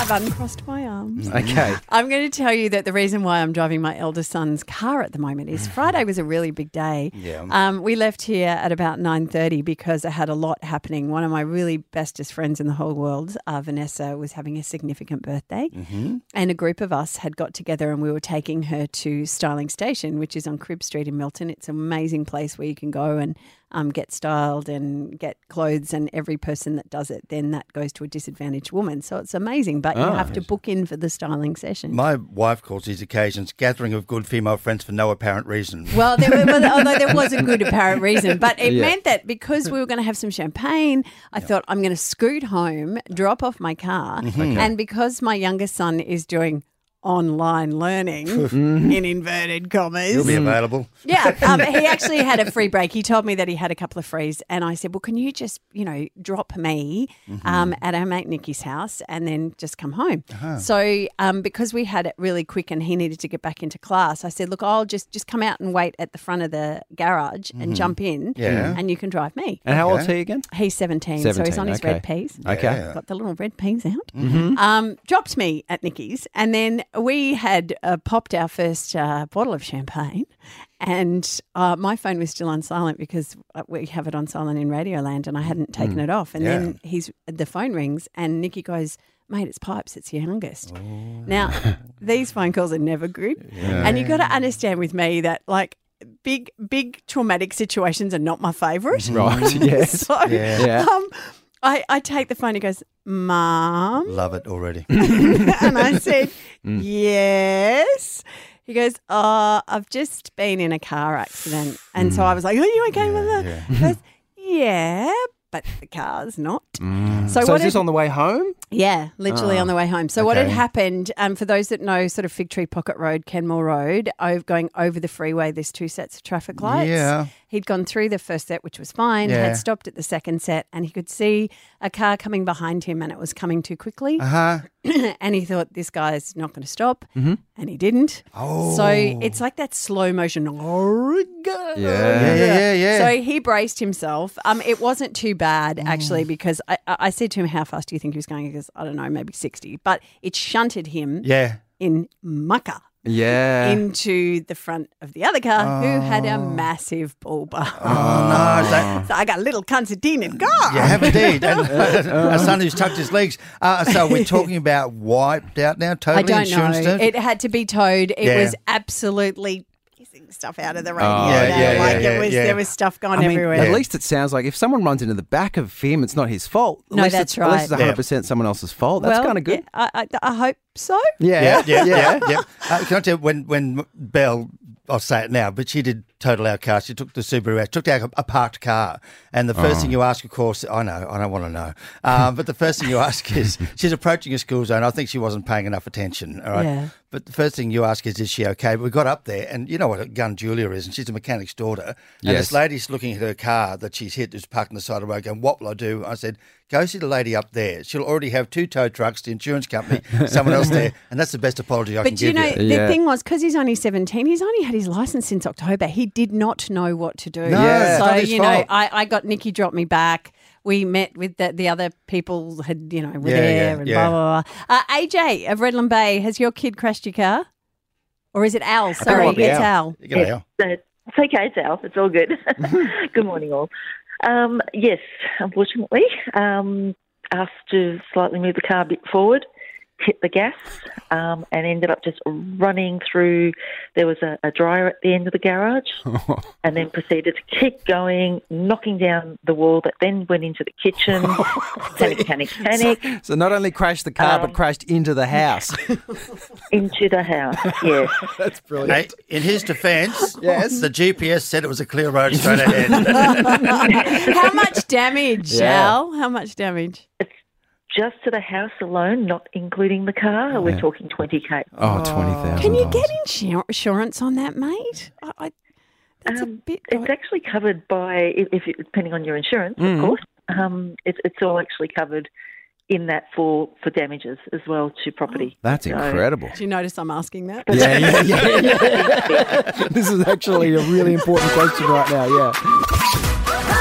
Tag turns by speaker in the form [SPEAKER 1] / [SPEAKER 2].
[SPEAKER 1] I've uncrossed my arms.
[SPEAKER 2] Okay.
[SPEAKER 1] I'm going to tell you that the reason why I'm driving my eldest son's car at the moment is Friday was a really big day.
[SPEAKER 2] Yeah.
[SPEAKER 1] Um, we left here at about 9.30 because I had a lot happening. One of my really bestest friends in the whole world, uh, Vanessa, was having a significant birthday. And a group of us had got together and we were taking her to Styling Station, which is on Crib Street in Milton. It's an amazing place where you can go and um, get styled and get clothes. And every person that does it, then that goes to a disadvantaged woman. So it's amazing, but you have to book in for the styling session.
[SPEAKER 2] My wife calls these occasions gathering of good female friends for no apparent reason.
[SPEAKER 1] Well, there were, well, although there was a good apparent reason, but it meant that because we were going to have some champagne, I thought I'm going to scoot home, drop off my car, and because my youngest son is doing online learning in inverted commas,
[SPEAKER 2] You'll be available.
[SPEAKER 1] yeah, um, he actually had a free break. He told me that he had a couple of frees, and I said, "Well, can you just, you know, drop me um, at our mate Nikki's house and then just come home?" So, um, because we had it really quick, and he needed to get back into class, I said, "Look, I'll just just come out and wait at the front of the garage and jump in,
[SPEAKER 2] Yeah.
[SPEAKER 1] and you can drive me."
[SPEAKER 3] And how old's he again?
[SPEAKER 1] He's 17, so he's
[SPEAKER 3] 17,
[SPEAKER 1] on his
[SPEAKER 3] okay.
[SPEAKER 1] red peas.
[SPEAKER 3] Okay. Mm-hmm.
[SPEAKER 2] Yeah.
[SPEAKER 1] Got the little red peas out. Um, dropped me at Nikki's, and then we had uh, popped our first uh, bottle of champagne, and uh, my phone was still on silent because uh, we have it on silent in Radioland, and I
[SPEAKER 3] Mm.
[SPEAKER 1] hadn't taken it off. And
[SPEAKER 2] Yeah.
[SPEAKER 1] then he's the phone rings, and Nikki goes. Mate, it's pipes. It's your youngest.
[SPEAKER 2] Oh.
[SPEAKER 1] Now, these phone calls are never good, and you got to understand with me that like big, big traumatic situations are not my favourite.
[SPEAKER 3] Right. Yes.
[SPEAKER 1] So
[SPEAKER 2] Yeah.
[SPEAKER 3] Yeah.
[SPEAKER 1] um, I, I take the phone. He goes, "Mom,"
[SPEAKER 2] Love it already.
[SPEAKER 1] and I said,
[SPEAKER 3] Mm.
[SPEAKER 1] "Yes." He goes, "Oh, I've just been in a car accident," and
[SPEAKER 3] Mm.
[SPEAKER 1] so I was like, "Are you okay with that?"
[SPEAKER 2] yeah.
[SPEAKER 1] He goes, yeah, but the car's not.
[SPEAKER 3] Mm. So,
[SPEAKER 1] what
[SPEAKER 3] is this
[SPEAKER 1] had-
[SPEAKER 3] on the way home?
[SPEAKER 1] yeah, literally on the way home. So what had
[SPEAKER 2] Ah, okay.
[SPEAKER 1] happened, um, for those that know sort of Fig Tree Pocket Road, Kenmore Road, over, going over the freeway, there's two sets of traffic lights.
[SPEAKER 2] Yeah.
[SPEAKER 1] He'd gone through the first set, which was fine,
[SPEAKER 2] Yeah.
[SPEAKER 1] had stopped at the second set, and he could see a car coming behind him and it was coming too quickly.
[SPEAKER 2] Uh-huh.
[SPEAKER 1] and he thought, this guy's not going to stop. And he didn't.
[SPEAKER 2] Mm-hmm. Oh.
[SPEAKER 1] So it's like that slow motion. Uh,
[SPEAKER 2] Yeah, yeah, yeah, yeah. Mm.
[SPEAKER 1] So he braced himself. Um, it wasn't too bad actually because I, I I said to him, "How fast do you think he was going?" He goes, "I don't know, maybe 60. But it shunted him
[SPEAKER 2] yeah.
[SPEAKER 1] in mucker
[SPEAKER 3] Yeah.
[SPEAKER 1] into the front of the other car, who had a massive bull bar.
[SPEAKER 2] Oh, no. it's like-
[SPEAKER 1] so I got a little concertina car.
[SPEAKER 2] you have indeed. And a son who's tucked his legs. Uh, so we're talking about wiped out now, totally
[SPEAKER 1] I don't know.
[SPEAKER 2] insurance terms?
[SPEAKER 1] It had to be towed. It
[SPEAKER 2] Yeah. Oh,
[SPEAKER 1] was absolutely hissing stuff out of the radio.
[SPEAKER 2] yeah, yeah,
[SPEAKER 1] like
[SPEAKER 2] yeah,
[SPEAKER 1] it was,
[SPEAKER 2] yeah.
[SPEAKER 1] there was stuff going
[SPEAKER 3] I mean,
[SPEAKER 1] everywhere.
[SPEAKER 3] at least it sounds like if someone runs into the back of him, it's not his fault. At
[SPEAKER 1] No,
[SPEAKER 3] least
[SPEAKER 1] that's
[SPEAKER 3] it's, At least it's
[SPEAKER 1] right.
[SPEAKER 3] 100 percent someone else's fault. That's
[SPEAKER 1] Well,
[SPEAKER 3] kind of good.
[SPEAKER 1] yeah, I, I, I hope so.
[SPEAKER 2] Yeah, yeah,
[SPEAKER 3] Yeah.
[SPEAKER 2] yeah, yeah. Uh, can I tell you, when when Belle, I'll say it now, but she did total our car. She took the Subaru out, took out a parked car, and the first thing you ask, of course, I know, I don't want to know, um, but the first thing you ask is, she's approaching a school zone. I think she wasn't paying enough attention. All right.
[SPEAKER 1] Yeah.
[SPEAKER 2] But the first thing you ask is, is she okay? But we got up there, and you know what a gun Julia is, and she's a mechanic's daughter. And
[SPEAKER 3] Yes.
[SPEAKER 2] this lady's looking at her car that she's hit, that's parked on the side of the road, going, What will I do? I said, Go see the lady up there. She'll already have two tow trucks, the insurance company, someone else there. And that's the best apology I can
[SPEAKER 1] But you
[SPEAKER 2] give
[SPEAKER 1] know,
[SPEAKER 2] you.
[SPEAKER 1] the
[SPEAKER 3] Yeah.
[SPEAKER 1] thing was because he's only seventeen, he's only had his license since October. He did not know what to do.
[SPEAKER 2] No, Yeah. it's
[SPEAKER 1] so
[SPEAKER 2] not his
[SPEAKER 1] you know,
[SPEAKER 2] fault.
[SPEAKER 1] I, I got Nikki dropped me back. We met with the, the other people had you know were
[SPEAKER 2] Yeah,
[SPEAKER 1] there
[SPEAKER 2] yeah,
[SPEAKER 1] and
[SPEAKER 2] yeah.
[SPEAKER 1] blah blah blah. Uh, AJ of Redland Bay, has your kid crashed your car, or is it Al? Sorry,
[SPEAKER 3] might be
[SPEAKER 1] it's Al.
[SPEAKER 3] Al.
[SPEAKER 2] You know, Al.
[SPEAKER 4] No, it's okay, Sal. It's all good. good morning, all. Um, yes, unfortunately, um, asked to slightly move the car a bit forward, hit the gas, um, and ended up just running through. There was a, a dryer at the end of the garage, and then proceeded to keep going, knocking down the wall that then went into the kitchen. panic, panic, panic.
[SPEAKER 3] So not only crashed the car, but crashed into the house.
[SPEAKER 4] Into the house, yes.
[SPEAKER 3] That's brilliant.
[SPEAKER 2] Hey, in his defense,
[SPEAKER 3] Yes.
[SPEAKER 2] the GPS said it was a clear road straight ahead.
[SPEAKER 1] How much damage,
[SPEAKER 3] Yeah.
[SPEAKER 1] Al? How much damage?
[SPEAKER 4] Just to the house alone, not including the car, we're talking 20k.
[SPEAKER 3] Oh, twenty thousand.
[SPEAKER 1] Can you get insur- insurance on that, mate? I, I, that's a bit.
[SPEAKER 4] Um, It's actually covered by, if, if you- depending on your insurance, of course. Um, it's it's all actually covered in that for for damages as well to property.
[SPEAKER 3] That's
[SPEAKER 4] So-
[SPEAKER 3] incredible.
[SPEAKER 1] Do you notice I'm asking that?
[SPEAKER 3] Yeah, yeah, yeah, yeah. this is actually a really important question right now. Yeah.
[SPEAKER 5] Buzz